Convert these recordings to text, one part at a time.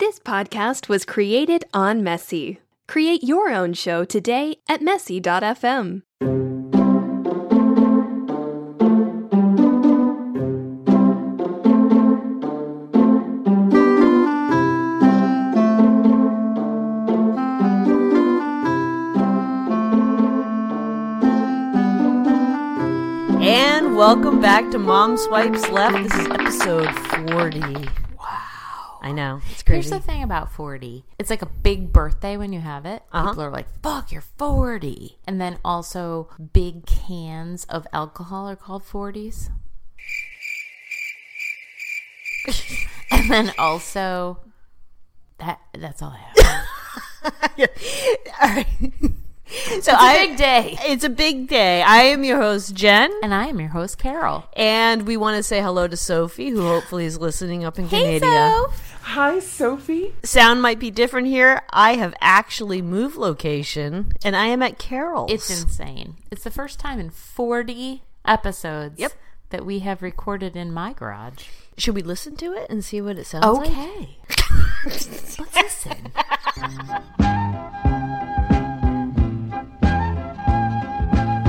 This podcast was created on Messy. Create your own show today at messy.fm. And welcome back to Mom Swipes Left. This is episode 40. Wow. I know. It's Here's crazy. the thing about 40. It's like a big birthday when you have it. Uh-huh. People are like, fuck, you're 40. And then also, big cans of alcohol are called 40s. and then also, that that's all I have. All right. So a I- big day. It's a big day. I am your host, Jen. and I am your host, Carol. And we want to say hello to Sophie, who hopefully is listening up in Canada. Hi, Sophie. Sound might be different here. I have actually moved location, and I am at Carol's. It's insane. It's the first time in 40 episodes Yep. that we have recorded in my garage. Should we listen to it and see what it sounds like? Okay. Let's listen.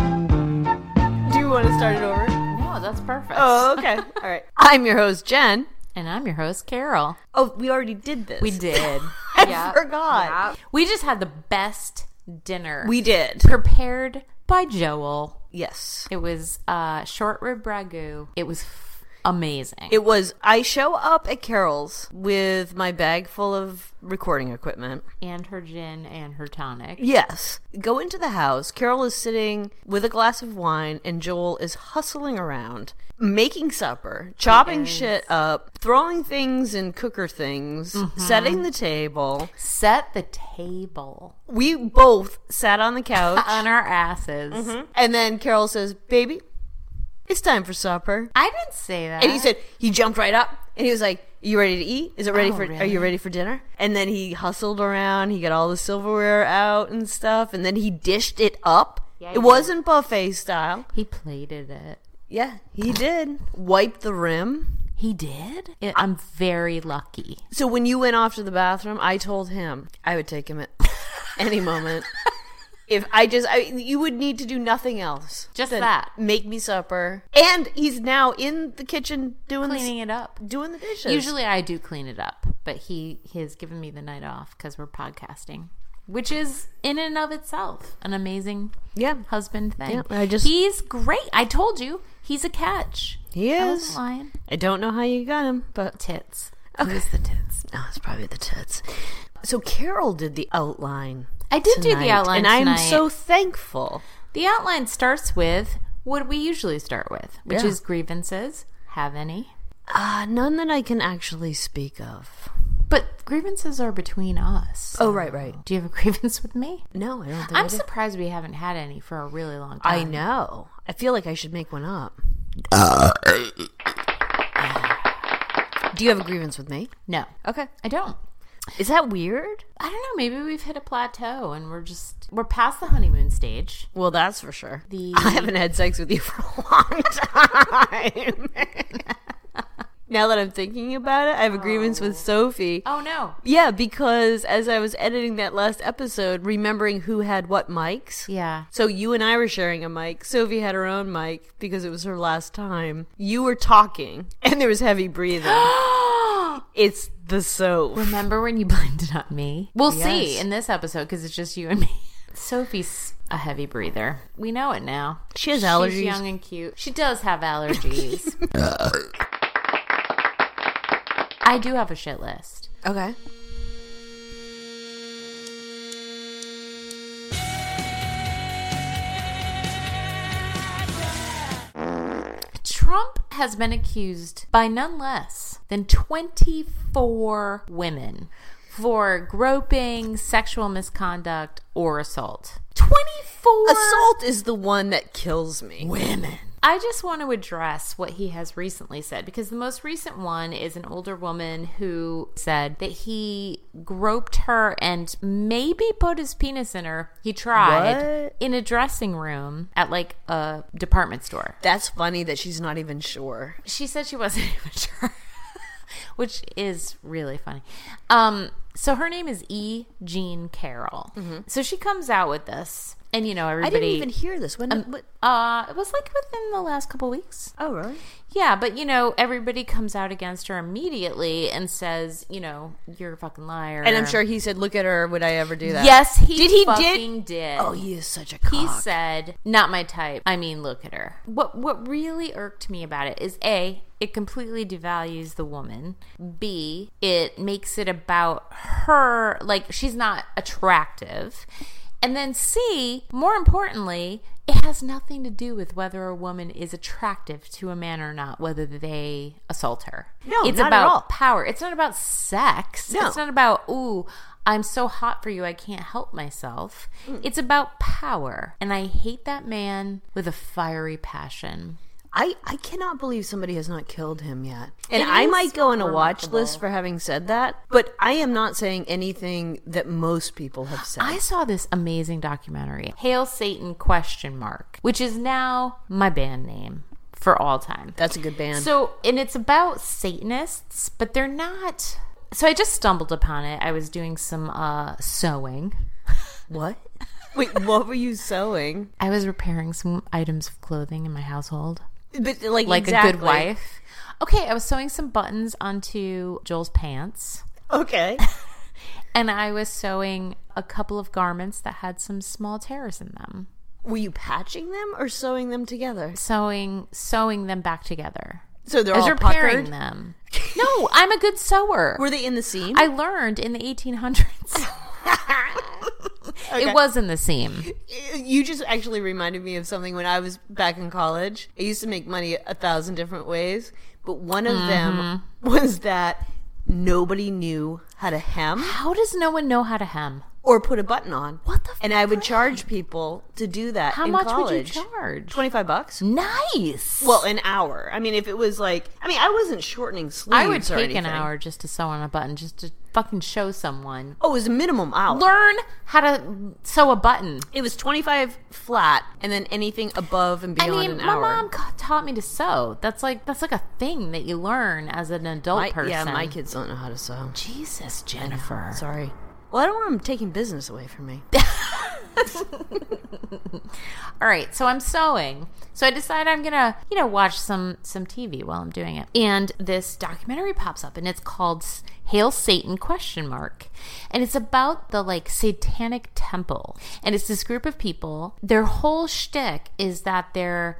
Do you want to start it over? No, that's perfect. Oh, okay. All right. I'm your host, Jen. And I'm your host, Carol. Oh, we already did this. We did. I Yep. forgot. We just had the best dinner. We did. prepared by Joel. Yes. It was uh, short rib ragu. It was f- amazing. It was, I show up at Carol's with my bag full of recording equipment. and her gin and her tonic. Yes. Go into the house. Carol is sitting with a glass of wine, and Joel is hustling around, making supper, chopping shit up, throwing things in cooker things, Mm-hmm. setting the table. Set the table We both sat on the couch, on our asses. and then Carol says, Baby, it's time for supper. I didn't say that. And he said he jumped right up and he was like, "You ready to eat? Is it ready Oh, for? Are really? you ready for dinner?" And then he hustled around. He got all the silverware out and stuff, and then he dished it up. Yeah, he it wasn't buffet style. he plated it. Yeah, he did. Wiped the rim. He did? It, I'm very lucky. So when you went off to the bathroom, I told him I would take him at any moment. If I just, I, you would need to do nothing else. Just than that. Make me supper. And he's now in the kitchen doing the- Cleaning it up. doing the dishes. Usually I do clean it up, but he, he has given me the night off because we're podcasting, which is in and of itself an amazing yeah. husband thing. Yeah, I just- he's great. I told you he's a catch. He I is. wasn't lying. I don't know how you got him, but Tits. okay. the tits. No, it's probably the tits. So Carol did the outline. I did do the tonight, outline, and I'm tonight. so thankful. the outline starts with what we usually start with, which Yeah. is grievances. Have any? Uh, none that I can actually speak of. But grievances are between us. Oh, right, right. Do you have a grievance with me? No, I don't think I I'm do. surprised we haven't had any for a really long time. I know. I feel like I should make one up. Uh. do you have a grievance with me? No, Okay. I don't. Is that weird? I don't know. Maybe we've hit a plateau and we're just we're past the honeymoon stage. Well, that's for sure. The- I haven't had sex with you for a long time. now that I'm thinking about it, I have a grievance with Sophie. Oh no. Yeah, because as I was editing that last episode, remembering who had what mics. Yeah. So you and I were sharing a mic. Sophie had her own mic because it was her last time. You were talking, and there was heavy breathing. it's the soap. Remember when you blamed it on me? We'll see Yes. in this episode because it's just you and me. Sophie's a heavy breather. We know it now. She has allergies. She's young and cute. She does have allergies. I do have a shit list. Okay. Trump has been accused by none less than 24 women for groping, sexual misconduct, or assault. 24 Assault is the one that kills me. women. I just want to address what he has recently said because the most recent one is an older woman who said that he groped her and maybe put his penis in her. He tried What? in a dressing room at like a department store. That's funny that she's not even sure. She said she wasn't even sure. which is really funny. Um, so her name is E. Jean Carroll. So she comes out with this, and you know I everybody. didn't even hear this. When? what? uh, it was like within the last couple weeks. Oh, really? Yeah, but you know, everybody comes out against her immediately and says, you know, you're a fucking liar. And I'm sure he said, "Look at her. Would I ever do that?" Yes, he Did he fucking did. Oh, he is such a cock. He said, "Not my type." I mean, look at her. What what really irked me about it is a it completely devalues the woman. B it makes it about her like she's not attractive. And then C, more importantly, it has nothing to do with whether a woman is attractive to a man or not, whether they assault her. No, it's not at about all. power. It's not about sex. No. It's not about, ooh, I'm so hot for you, I can't help myself. It's about power. And I hate that man with a fiery passion. I, I cannot believe somebody has not killed him yet. And It I is might go on a watch list for having said that, but I am not saying anything that most people have said. I saw this amazing documentary, Hail Satan question mark, which is now my band name for all time. That's a good band. So, and it's about Satanists, but they're not. So I just stumbled upon it. I was doing some uh, sewing. what? Wait, what were you sewing? I was repairing some items of clothing in my household, But like, like a exactly. good wife. Okay, I was sewing some buttons onto Joel's pants, Okay. and I was sewing a couple of garments that had some small tears in them. Were you patching them or sewing them together? Sewing, sewing them back together. So they're I was all repairing puckered. them. No, I'm a good sewer. Were they in the seam? I learned in the 1800s. It was in the seam. you just actually reminded me of something when I was back in college. I used to make money a thousand different ways, but one of them was that nobody knew how to hem How does no one know how to hem? or put a button on. What the And I would charge people to do that. How in much college. would you charge? Twenty-five bucks. Nice. Well, an hour. I mean, if it was like, I mean, I wasn't shortening sleeves. I would or take an anything. hour just to sew on a button, just to fucking show someone. Oh, it was a minimum hour. Learn how to sew a button. It was twenty-five flat, and then anything above and I beyond mean, an my hour. mom ca- taught me to sew. That's like that's like a thing that you learn as an adult My- person. yeah, my kids don't know how to sew. Jesus, Jennifer. Sorry. Well, I don't want them taking business away from me. All right, so I'm sewing. So I decide I'm gonna, you know, watch some some TV while I'm doing it. And this documentary pops up, and it's called S- "Hail Satan?" question mark, and it's about the like Satanic Temple, and it's this group of people. Their whole shtick is that they're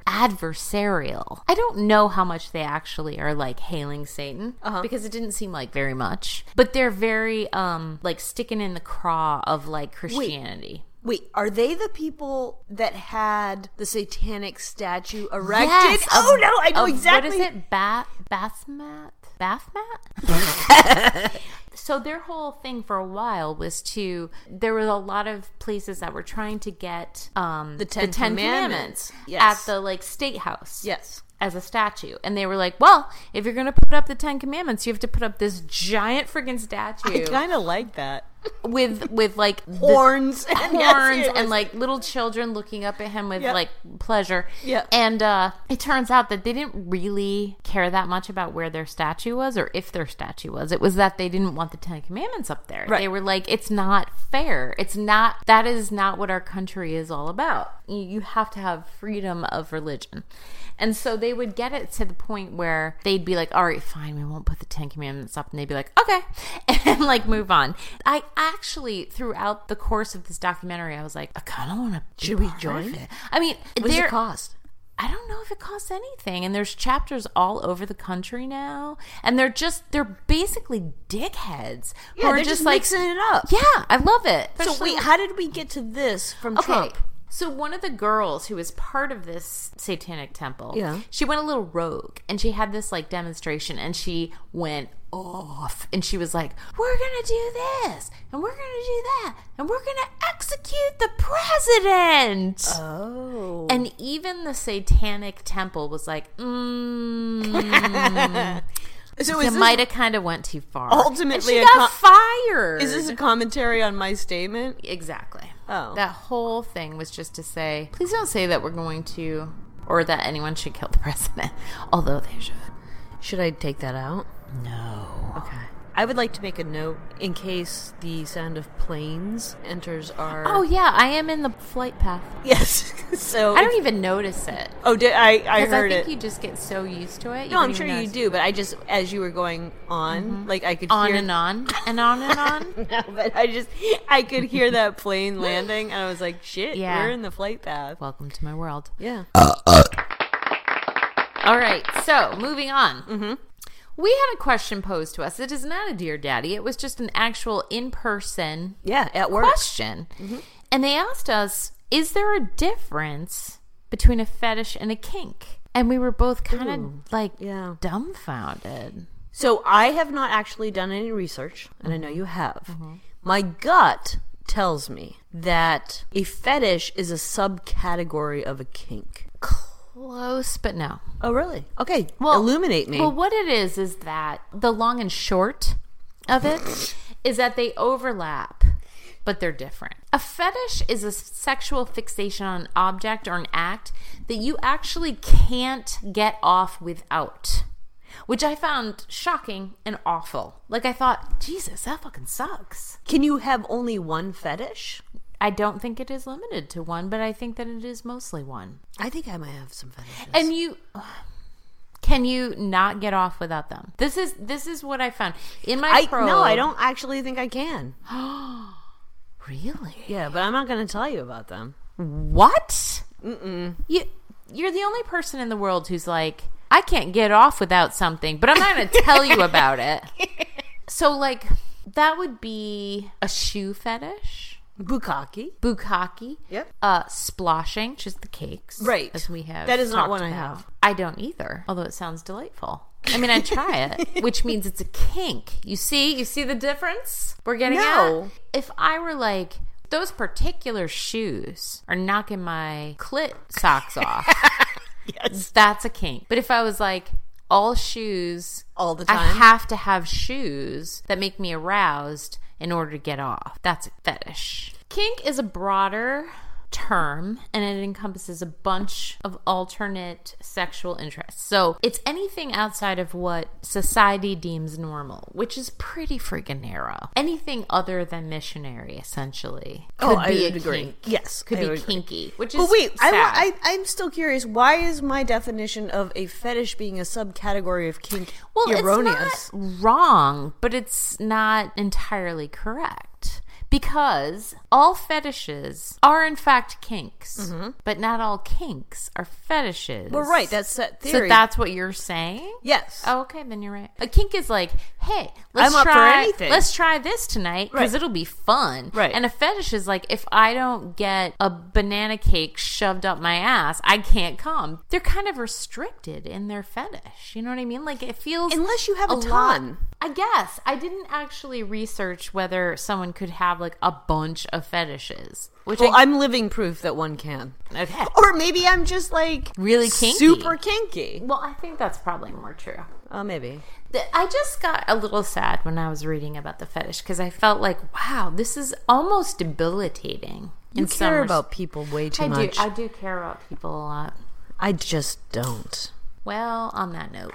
adversarial. I don't know how much they actually are like hailing Satan because it didn't seem like very much, but they're very um like sticking in the craw of like Christianity. Wait, are they the people that had the satanic statue erected? Yes, oh of- no, I know of- exactly. What is it? Bath bathmat bathmat. so their whole thing for a while was to there were a lot of places that were trying to get um, The Ten Commandments. at Yes. the like state house. Yes. As a statue, and they were like, "Well, if you're going to put up the Ten Commandments, you have to put up this giant freaking I statue kind of like that. with with like the- Horns and horns Yes, it and was- like little children looking up at him with Yep. like pleasure. Yep. And uh, it turns out that they didn't really care that much about where their statue was or if their statue was. It was that they didn't want the Ten Commandments up there. Right. They were like, it's not fair. It's not, that is not what our country is all about. You, you have to have freedom of religion. And so they would get it to the point where they'd be like, all right, fine, we won't put the Ten Commandments up. And they'd be like, okay, and like move on. I actually, throughout the course of this documentary, I was like, I kind of want to. Should we join it? I mean, What does it there- cost? I don't know if it costs anything. And there's chapters all over the country now. And they're just, they're basically dickheads. who Yeah, are they're just mixing it up. Yeah, I love it. So wait, how did we get to this from Trump? So one of the girls who was part of this satanic temple, Yeah. she went a little rogue and she had this like demonstration and she went off and she was like, "We're going to do this and we're going to do that and we're going to execute the president." Oh, And even the satanic temple was like, mm, so you is might this, have kind of went too far. and Ultimately she a got fired. is this a commentary on my statement? Exactly. Oh. That whole thing was just to say, please don't say that we're going to or that anyone should kill the president. Although they should. Should I take that out? No. Okay. I would like to make a note in case the sound of planes enters our. Oh yeah, I am in the flight path. yes. so I don't even notice it. Oh, did I? I 'Cause I heard think it. you just get so used to it. no, I'm sure you do, but I just as you were going Mm-hmm. on, like I could On hear and on and on and on. No, but I just I could hear that plane landing, and I was like, "Shit, Yeah. we're in the flight path." Welcome to my world. Yeah. All right, so moving on. Mm-hmm. We had a question posed to us. It is not a dear daddy. It was just an actual in person Yeah. At work. question, and they asked us, "Is there a difference between a fetish and a kink?" And we were both kind of like yeah. dumbfounded. So I have not actually done any research, and I know you have. My gut tells me that a fetish is a subcategory of a kink. Close, but no. Oh, really? Okay. illuminate me. Well, what it is is that the long and short of it is that they overlap, but they're different. A fetish is a sexual fixation on an object or an act that you actually can't get off without. Which I found shocking and awful. Like I thought, Jesus, that fucking sucks. Can you have only one fetish? I don't think it is limited to one, but I think that it is mostly one. I think I might have some fetishes. and you can you not get off without them this is this is what i found in my I probe- no, I don't actually think I can. really Yeah, but I'm not going to tell you about them. what Mm-mm. you you're the only person in the world who's like i can't get off without something but i'm not gonna tell you about it so like that would be a shoe fetish Bukaki. bukkake Yep. uh splashing which is the cakes Right. as we have That is not talked one I about. have. i don't either although it sounds delightful i mean i try it which means it's a kink you see you see the difference we're getting No. at? if i were like those particular shoes are knocking my clit socks off Yes. that's a kink but if i was like all shoes All the i time? have to have shoes that make me aroused in order to get off that's a fetish kink is a broader term and it encompasses a bunch of alternate sexual interests so it's anything outside of what society deems normal which is pretty freaking narrow anything other than missionary essentially could Oh, I be a would agree. kink Yes, could I be would agree. kinky which is But wait, I, sad. wa- I, I'm still curious. Why is my definition of a fetish being a subcategory of kink well, erroneous? it's not wrong, but it's not entirely correct because all fetishes are in fact kinks, but not all kinks are fetishes. Mm-hmm. well, right, that's set so. theory. That's what you're saying. yes. Oh, okay, then you're right. A kink is like, hey, I'm let's up for try anything. let's try this tonight because Right. it'll be fun. Right. And a fetish is like, if I don't get a banana cake shoved up my ass, I can't come. They're kind of restricted in their fetish. You know what I mean? Like it feels Unless you have a lot- ton. I guess I didn't actually research whether someone could have like a bunch of fetishes, which Well, I, I'm living proof that one can. okay. Or maybe I'm just like Really kinky. super kinky. Well, I think that's probably more true. Oh, maybe. Th- I just got a little sad when I was reading about the fetish because I felt like, wow, this is almost debilitating. You in some care res- about people way too I much. do. I do care about people a lot. I just don't. Well, on that note,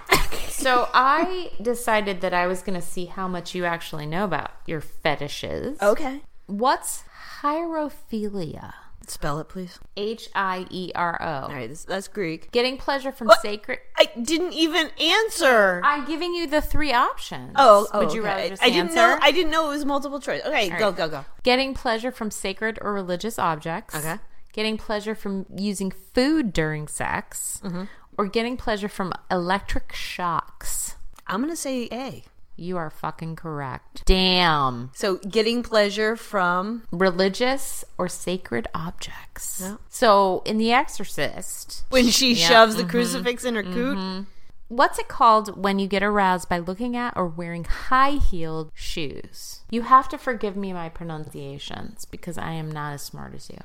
so I decided that I was going to see how much you actually know about your fetishes. Okay. What's hierophilia? Spell it, please. H I E R All O. right, Oh. this, that's Greek. Getting pleasure from sacred. I didn't even answer. I'm giving you the three options. oh, oh, would you okay. rather just I didn't answer? know. I didn't know it was multiple choice. Okay, All go, right. go, go. Getting pleasure from sacred or religious objects. Okay. Getting pleasure from using food during sex. Mm-hmm. Or getting pleasure from electric shocks. I'm gonna say A. You are fucking correct. Damn. So getting pleasure from Religious or sacred objects. Yeah. So in The Exorcist, when she shoves the crucifix in her coot. what's it called when you get aroused by looking at or wearing high heeled shoes? You have to forgive me my pronunciations because I am not as smart as you.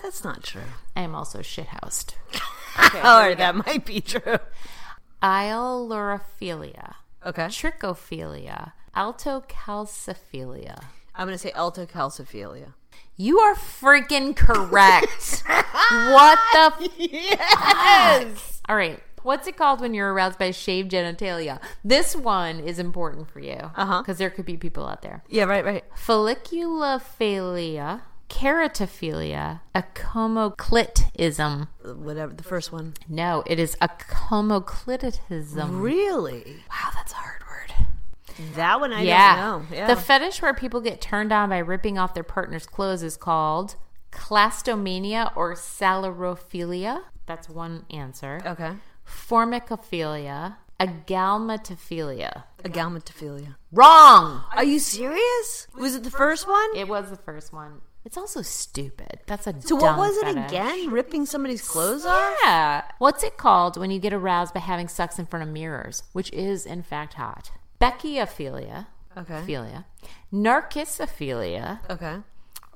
That's not true. I am also shithoused. or that might be true. Ailurophilia, Okay. trichophilia, altocalcophilia. I'm gonna say altocalcophilia. You are freaking correct. what the? Yes. All right. What's it called when you're aroused by shaved genitalia? This one is important for you. Uh Uh-huh. Because there could be people out there. Yeah, right, right. Folliculophilia, keratophilia, acomoclitism. Whatever, the first one. No, it is acomoclitism. Mm-hmm. Really? Wow, that's a hard word. That one I yeah. don't know. Yeah. The fetish where people get turned on by ripping off their partner's clothes is called clastomania or salarophilia. That's one answer. okay. Formicophilia, agalmatophilia. Agalmatophilia. Wrong. Are you serious? Was it the first one? It was the first one. It's also stupid. That's a So what dumb was it fetish. again? Ripping somebody's clothes off? Yeah. What's it called when you get aroused by having sex in front of mirrors, which is in fact hot? Beckyophilia, Okay. philia, narcissophilia, Okay.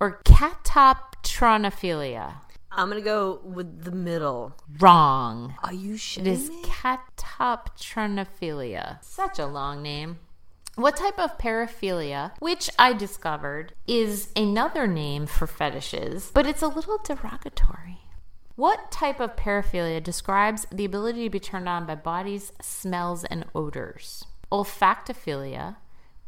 or catoptronophilia. I'm gonna go with the middle. Wrong. Are you It is shitting me? catoptronophilia. Such a long name. What type of paraphilia, which I discovered is another name for fetishes, but it's a little derogatory. What type of paraphilia describes the ability to be turned on by bodies, smells, and odors? Olfactophilia,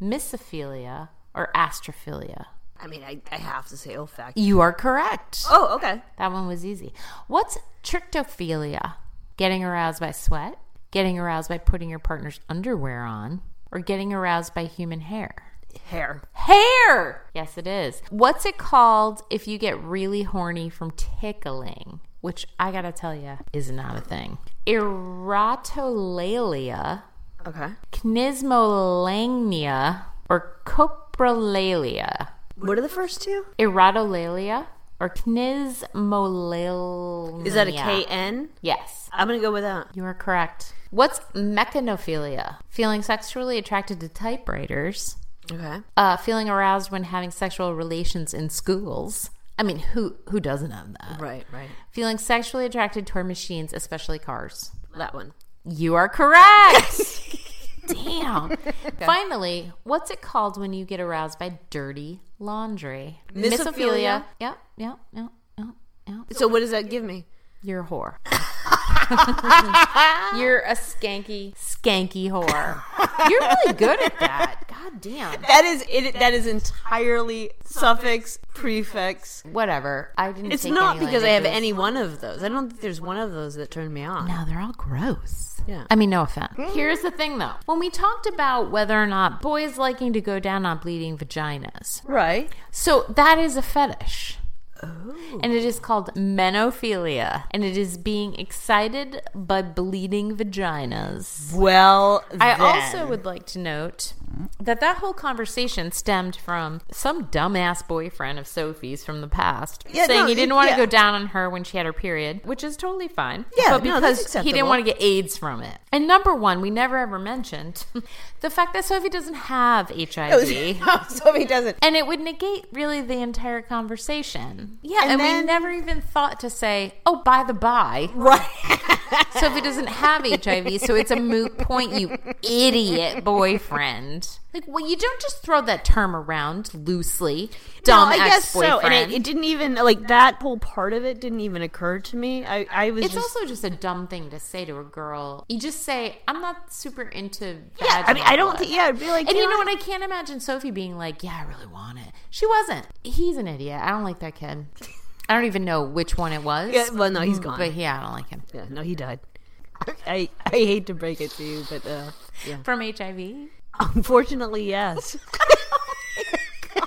misophilia, or astrophilia? I mean, I, I have to say olfactory. You are correct. Oh, okay. That one was easy. What's trichtophilia? Getting aroused by sweat, getting aroused by putting your partner's underwear on, or getting aroused by human hair? Hair. Hair! Yes, it is. What's it called if you get really horny from tickling? Which I gotta tell you is not a thing. Erotolalia, Okay. knismolagnia, or coprolalia. What are the first two? Erotolalia or knismolalia. Is that a KN? Yes. I'm gonna go with that. You are correct. What's mechanophilia? Feeling sexually attracted to typewriters. Okay. Uh, feeling aroused when having sexual relations in schools. I mean, who who doesn't have that? Right, right. Feeling sexually attracted toward machines, especially cars. That one. You are correct. Damn. Finally, what's it called when you get aroused by dirty laundry? Misophilia. Yep, yep, yep, yep, yep. So what does that give me? You're a whore. You're a skanky, skanky whore. You're really good at that. God damn. That is it. That is entirely suffix prefix. Whatever. I didn't. It's take not any because I have languages. any one of those. I don't think there's one of those that turned me on. No, they're all gross. Yeah. I mean, no offense. Here's the thing, though. When we talked about whether or not boys liking to go down on bleeding vaginas, Right. So that is a fetish. Oh. And it is called menophilia. And it is being excited by bleeding vaginas. Well, I then. also would like to note that that whole conversation stemmed from some dumbass boyfriend of Sophie's from the past Yeah, saying no, he it- didn't want to yeah. go down on her when she had her period, which is totally fine. Yeah, but no, that's because he didn't acceptable. want to get AIDS from it. And number one, we never ever mentioned the fact that Sophie doesn't Oh, have HIV. so he doesn't. And it would negate really the entire conversation. Yeah, and, And we then- never even thought to say, "Oh, by the by, Right. Sophie doesn't have HIV, so it's a moot point." You idiot boyfriend. Like, well, you don't just throw that term around loosely. Dumb I guess ex so. boyfriend. And it, it didn't even like that whole part of it didn't even occur to me. I I was it's just. also just a dumb thing to say to a girl. You just say, "I'm not super into." yeah, I mean, vaginal I don't blood." think. Yeah, I'd be like, And you know know what? I can't imagine Sophie being like, "Yeah, I really want it." She wasn't. He's an idiot. I don't like that kid. I don't even know which one it was. Yeah, well, no, he's gone. But yeah, I don't like him Mm, yeah, no, he died. I I hate to break it to you, but uh, yeah. from HIV. Unfortunately, yes. Oh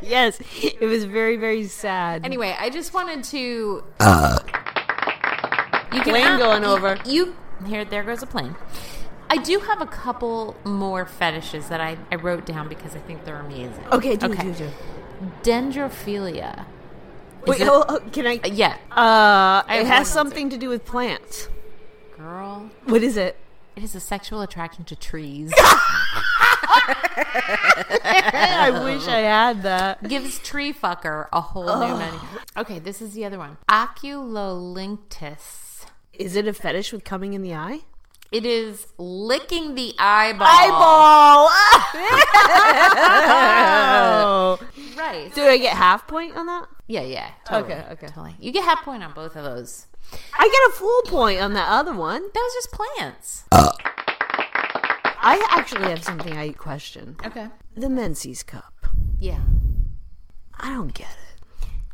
yes, it was very, very sad. Anyway, I just wanted to. you can Uh, Plane ask- going over. You here? There goes a plane. I do have a couple more fetishes that I, I wrote down because I think they're amazing. okay, do, Okay. do, do. Dendrophilia. Wait, it- oh, oh, can I? Yeah, Uh, it have has one something to do with plants. girl. What is it? It is a sexual attraction to trees. I wish I had that. gives tree fucker a whole new menu. Okay, this is the other one. Oculolinctus. Is it a fetish with coming in the eye? It is licking the eyeball. Eyeball. Right. do I get half point on that? Yeah, yeah. Totally, Okay, okay. Totally. You get half point on both of those. I get a full point on that other one. That was just plants. Uh, I actually have something I question. Okay. The Menzies cup. Yeah. I don't get it.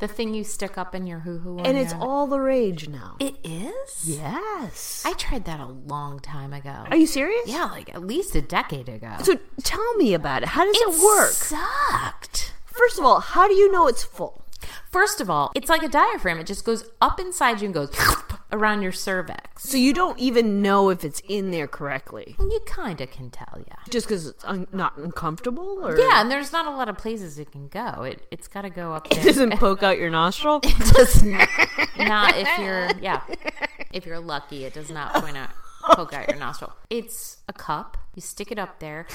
The thing you stick up in your hoo hoo. And it's all the rage now. It is? Yes. I tried that a long time ago. Are you serious? yeah, like at least a decade ago. So tell me about it. How does it work? sucked. First of all, how do you know it's full? First of all, it's like a diaphragm. It just goes up inside you and goes around your cervix. So you don't even know if it's in there correctly. You kind of can tell, yeah. Just because it's un- not uncomfortable, or Yeah, and there's not a lot of places it can go. It, it's got to go up it there. doesn't poke out your nostril. not if you're yeah if you're lucky it does not point out poke out your nostril it's a cup you stick it up there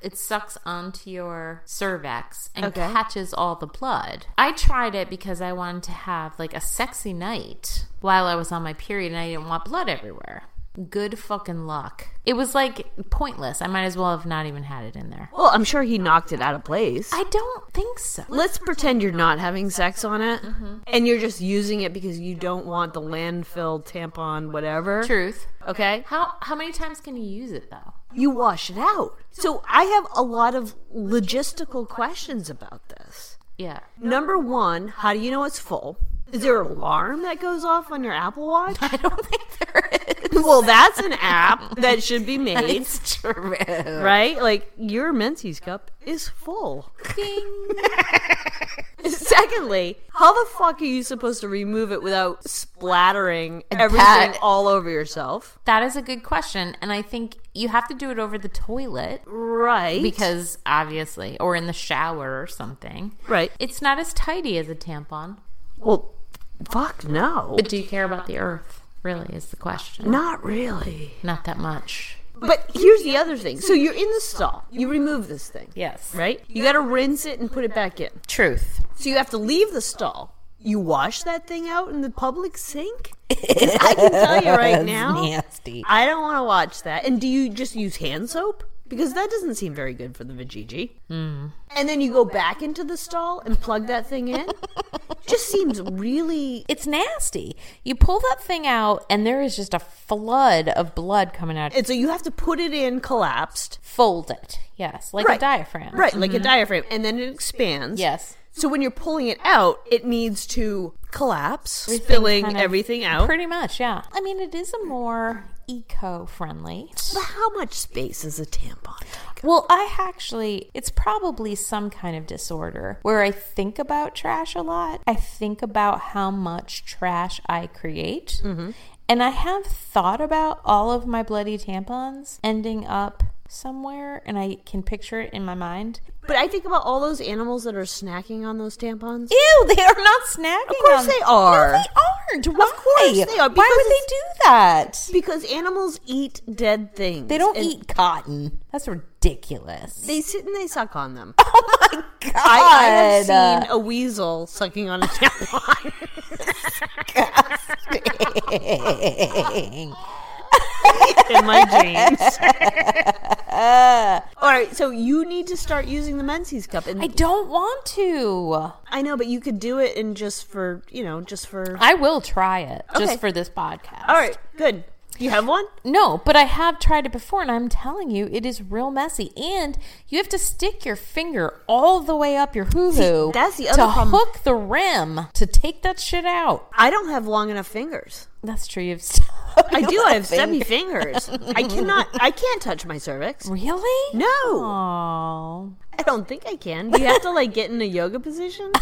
it sucks onto your cervix and Okay. catches all the blood i tried it because i wanted to have like a sexy night while i was on my period and i didn't want blood everywhere good fucking luck it was like pointless i might as well have not even had it in there well, I'm sure he knocked it out of place. i don't think so Let's pretend you're not having sex on it, Mm-hmm. and you're just using it because you don't want the landfill tampon, whatever. truth Okay, how how many times can you use it though you wash it out. So I have a lot of logistical questions about this. yeah Number one, how do you know it's full? Is there an alarm that goes off on your Apple Watch? i don't think there is well, that's an app that should be made, It's true. right? Like your Menzies cup is full. Ding. Secondly, how the fuck are you supposed to remove it without splattering everything That- all over yourself? That is a good question. And I think you have to do it over the toilet Right. because obviously, or in the shower or something. right. It's not as tidy as a tampon. Well, fuck no. But do you care about the earth? Really is the question. Not really. Not that much. But here's the other thing. So you're in the stall. You remove this thing. Yes. Right? You got to rinse it and put it back in. Truth. So you have to leave the stall. You wash that thing out in the public sink? I can tell you right now. Nasty. I don't want to watch that. And do you just use hand soap? Because that doesn't seem very good for the Vajiji. Mm. Hmm. And then you go back into the stall and plug that thing in? just seems really. It's nasty. You pull that thing out, and there is just a flood of blood coming out. And so you have to put it in collapsed. Fold it. Yes. Like a Right. diaphragm. Right, like a diaphragm. And then it expands. Yes. So when you're pulling it out, it needs to collapse, spilling kind of- everything out. Pretty much, yeah. I mean, it is a more eco-friendly. But how much space is a tampon? take? Well, I actually, it's probably some kind of disorder where I think about trash a lot. I think about how much trash I create. Mm-hmm. And I have thought about all of my bloody tampons ending up somewhere, and I can picture it in my mind. But I think about all those animals that are snacking on those tampons. Ew, they are not snacking. Of course on- they are. No, they aren't. Why? course they are, Why would because they do that? Because animals eat dead things. They don't And eat cotton. That's ridiculous. They sit and they suck on them. God. I, I have seen a weasel sucking on a tampon. in my dreams. All right, so you need to start using the Menzies cup, and I I, don't want to. know, but you could do it in just for you know, just for. I will try it Okay. just for this podcast. All right, good. You have one. No, but I have tried it before and I'm telling you it is real messy and you have to stick your finger all the way up your hoo hoo that's the to other problem. hook the rim to take that shit out. I don't have long enough fingers. That's true. You've I do. I have stubby fingers. I cannot. I can't touch my cervix. Really? No. Oh. I don't think I can. Do you have to like get in a yoga position?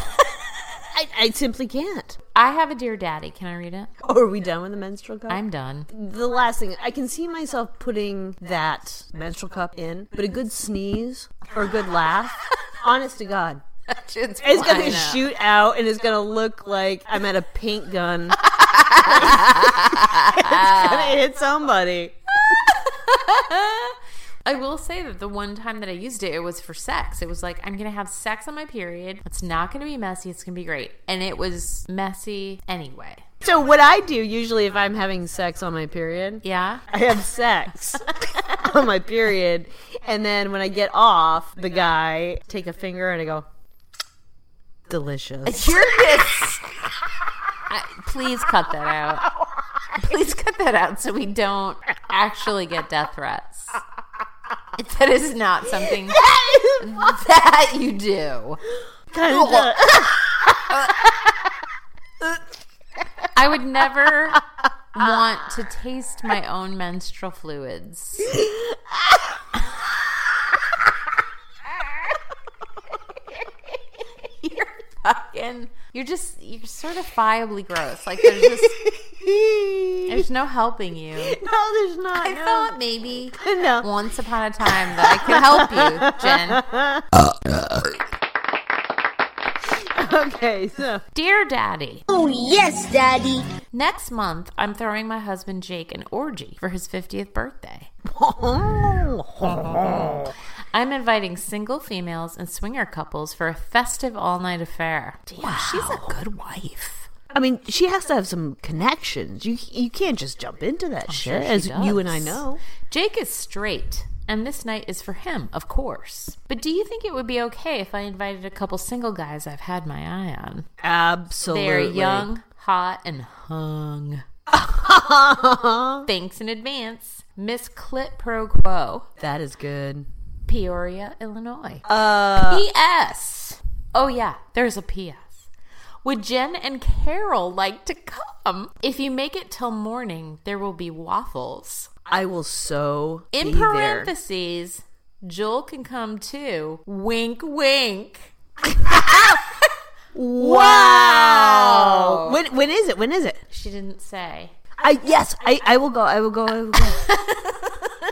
I, I simply can't. I have a dear daddy. Can I read it? Oh, are we done with the menstrual cup? I'm done. the last thing I can see myself putting that menstrual cup in, but a good sneeze or a good laugh, honest to God, It's it's gonna shoot out and it's gonna look like I'm at a paint gun. it's gonna hit somebody. I will say that the one time that I used it, it was for sex. It was like, I'm going to have sex on my period. It's not going to be messy. It's going to be great. And it was messy anyway. So what I do usually if I'm having sex on my period, Yeah. I have sex on my period, and then when I get off, the guy take a finger and I go, delicious. You're just. I, please cut that out. Please cut that out so we don't actually get death threats. That is not something that you do. I would never want to taste my own menstrual fluids. you're fucking. You're just. You're certifiably gross. Like there's just. There's no helping you. no, there's not. I no. thought maybe No. once upon a time that I could help you, Jen. Okay, so Dear Daddy, Oh, yes, Daddy. next month I'm throwing my husband Jake an orgy for his 50th birthday. I'm inviting single females and swinger couples for a festive all night affair. wow. she's a good wife. I mean, she has to have some connections. You you can't just jump into that sure shit, she as you and I does. know. Jake is straight, and this night is for him, of course. But do you think it would be okay if I invited a couple single guys I've had my eye on? Absolutely, They're young, hot, and hung. Thanks in advance. Miss Clit Pro Quo, That is good. Peoria, Illinois. Uh, P.S. Oh, yeah, there's a P.S. Would Jen and Carol like to come? If you make it till morning, there will be waffles. I will so be In there. parentheses, Joel can come too. Wink, wink. Wow. When when is it? When is it? She didn't say. I yes, I, I will go. I will go. I will go.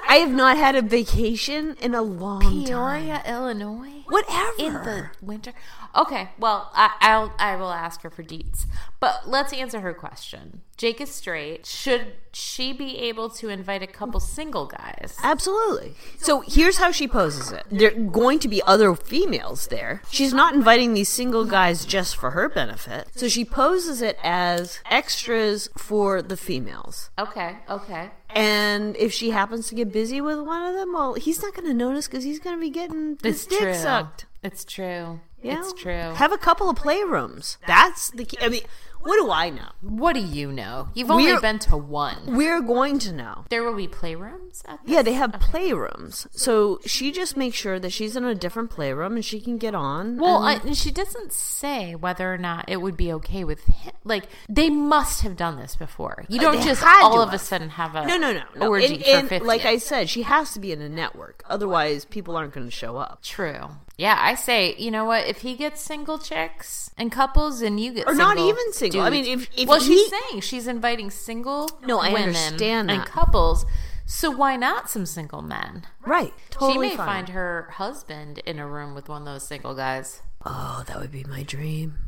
I have not had a vacation in a long time. Peoria, Illinois? Whatever. in the winter. Okay, well, I, I'll I will ask her for deets, but let's answer her question. Jake is straight. Should she be able to invite a couple single guys? Absolutely. So here's how she poses it. There are going to be other females there. She's not inviting these single guys just for her benefit. So she poses it as extras for the females. Okay, okay. And if she happens to get busy with one of them, well, he's not going to notice because he's going to be getting his It's dick true. sucked. It's true. you It's know? true. Have a couple of playrooms. That's the key. I mean, what do I know? What do you know? You've only We're- been to one. We're going to know. There will be playrooms. At Yeah, they have playrooms. So she just makes sure that she's in a different playroom and she can get on. Well, and- I, and she doesn't say whether or not it would be okay with him. Like they must have done this before. You don't Uh, they just had all to of a have. sudden have a No, no, no. no. orgy And- for and 50. like I said, she has to be in a network. Otherwise, people aren't going to show up. True. Yeah, I say, you know what? If he gets single chicks and couples, and you get Or single not even single. I dudes- mean, if- if well, he- she's saying she's inviting single No, I women understand and that. couples. So why not some single men? Right. Totally she may fine. find her husband in a room with one of those single guys. Oh, that would be my dream.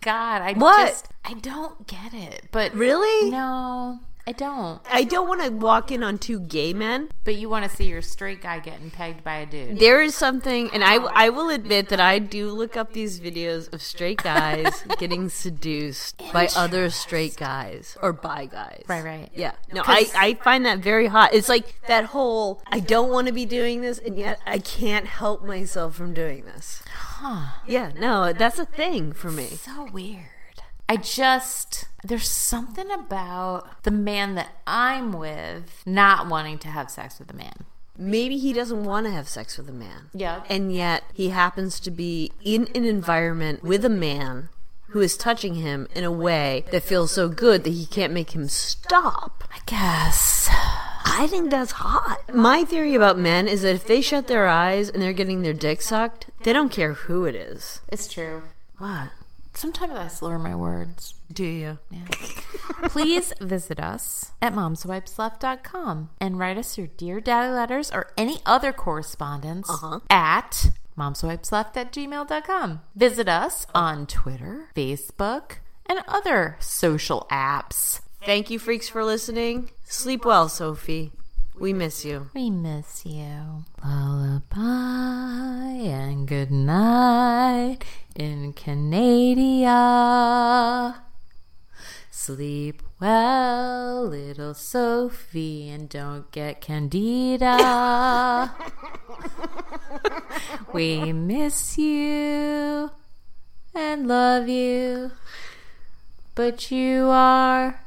God, I What? just I don't get it. But Really? no, I don't. I don't want to walk in on two gay men. But you want to see your straight guy getting pegged by a dude? There is something, and I, I will admit that I do look up these videos of straight guys getting seduced by other straight guys or by guys. Right, right. Yeah. No, I, I find that very hot. It's like that whole I don't want to be doing this, and yet I can't help myself from doing this. Huh. Yeah, no, that's a thing for me. So weird. I just there's something about the man that I'm with not wanting to have sex with a man. Maybe he doesn't want to have sex with a man. Yeah. And yet he happens to be in an environment with a man who is touching him in a way that feels so good that he can't make him stop. I guess. I think that's hot. My theory about men is that if they shut their eyes and they're getting their dick sucked, they don't care who it is. It's true. What? Sometimes I slur my words. Do you? Please visit us at momswipesleft.com and write us your Dear Daddy letters or any other correspondence at momswipesleft at gmail.com. Visit us on Twitter, Facebook, and other social apps. Thank you, freaks, for listening. Sleep well, Sophie. We miss you. We miss you. Lullaby and good night in Canada. Sleep well, little Sophie, and don't get candida. we miss you and love you, but you are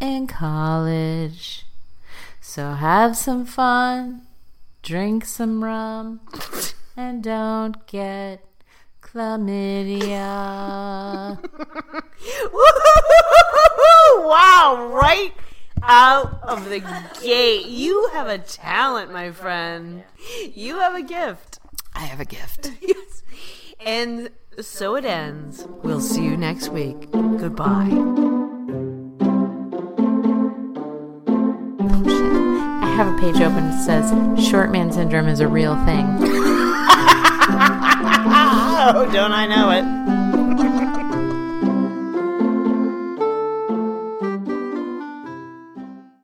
in college. So have some fun, drink some rum, and don't get chlamydia. wow, right out of the gate. You have a talent, my friend. You have a gift. I have a gift. yes. And so it ends. We'll see you next week. Goodbye. Oh, shit. I have a page open that says short man syndrome is a real thing. Oh, don't I know it?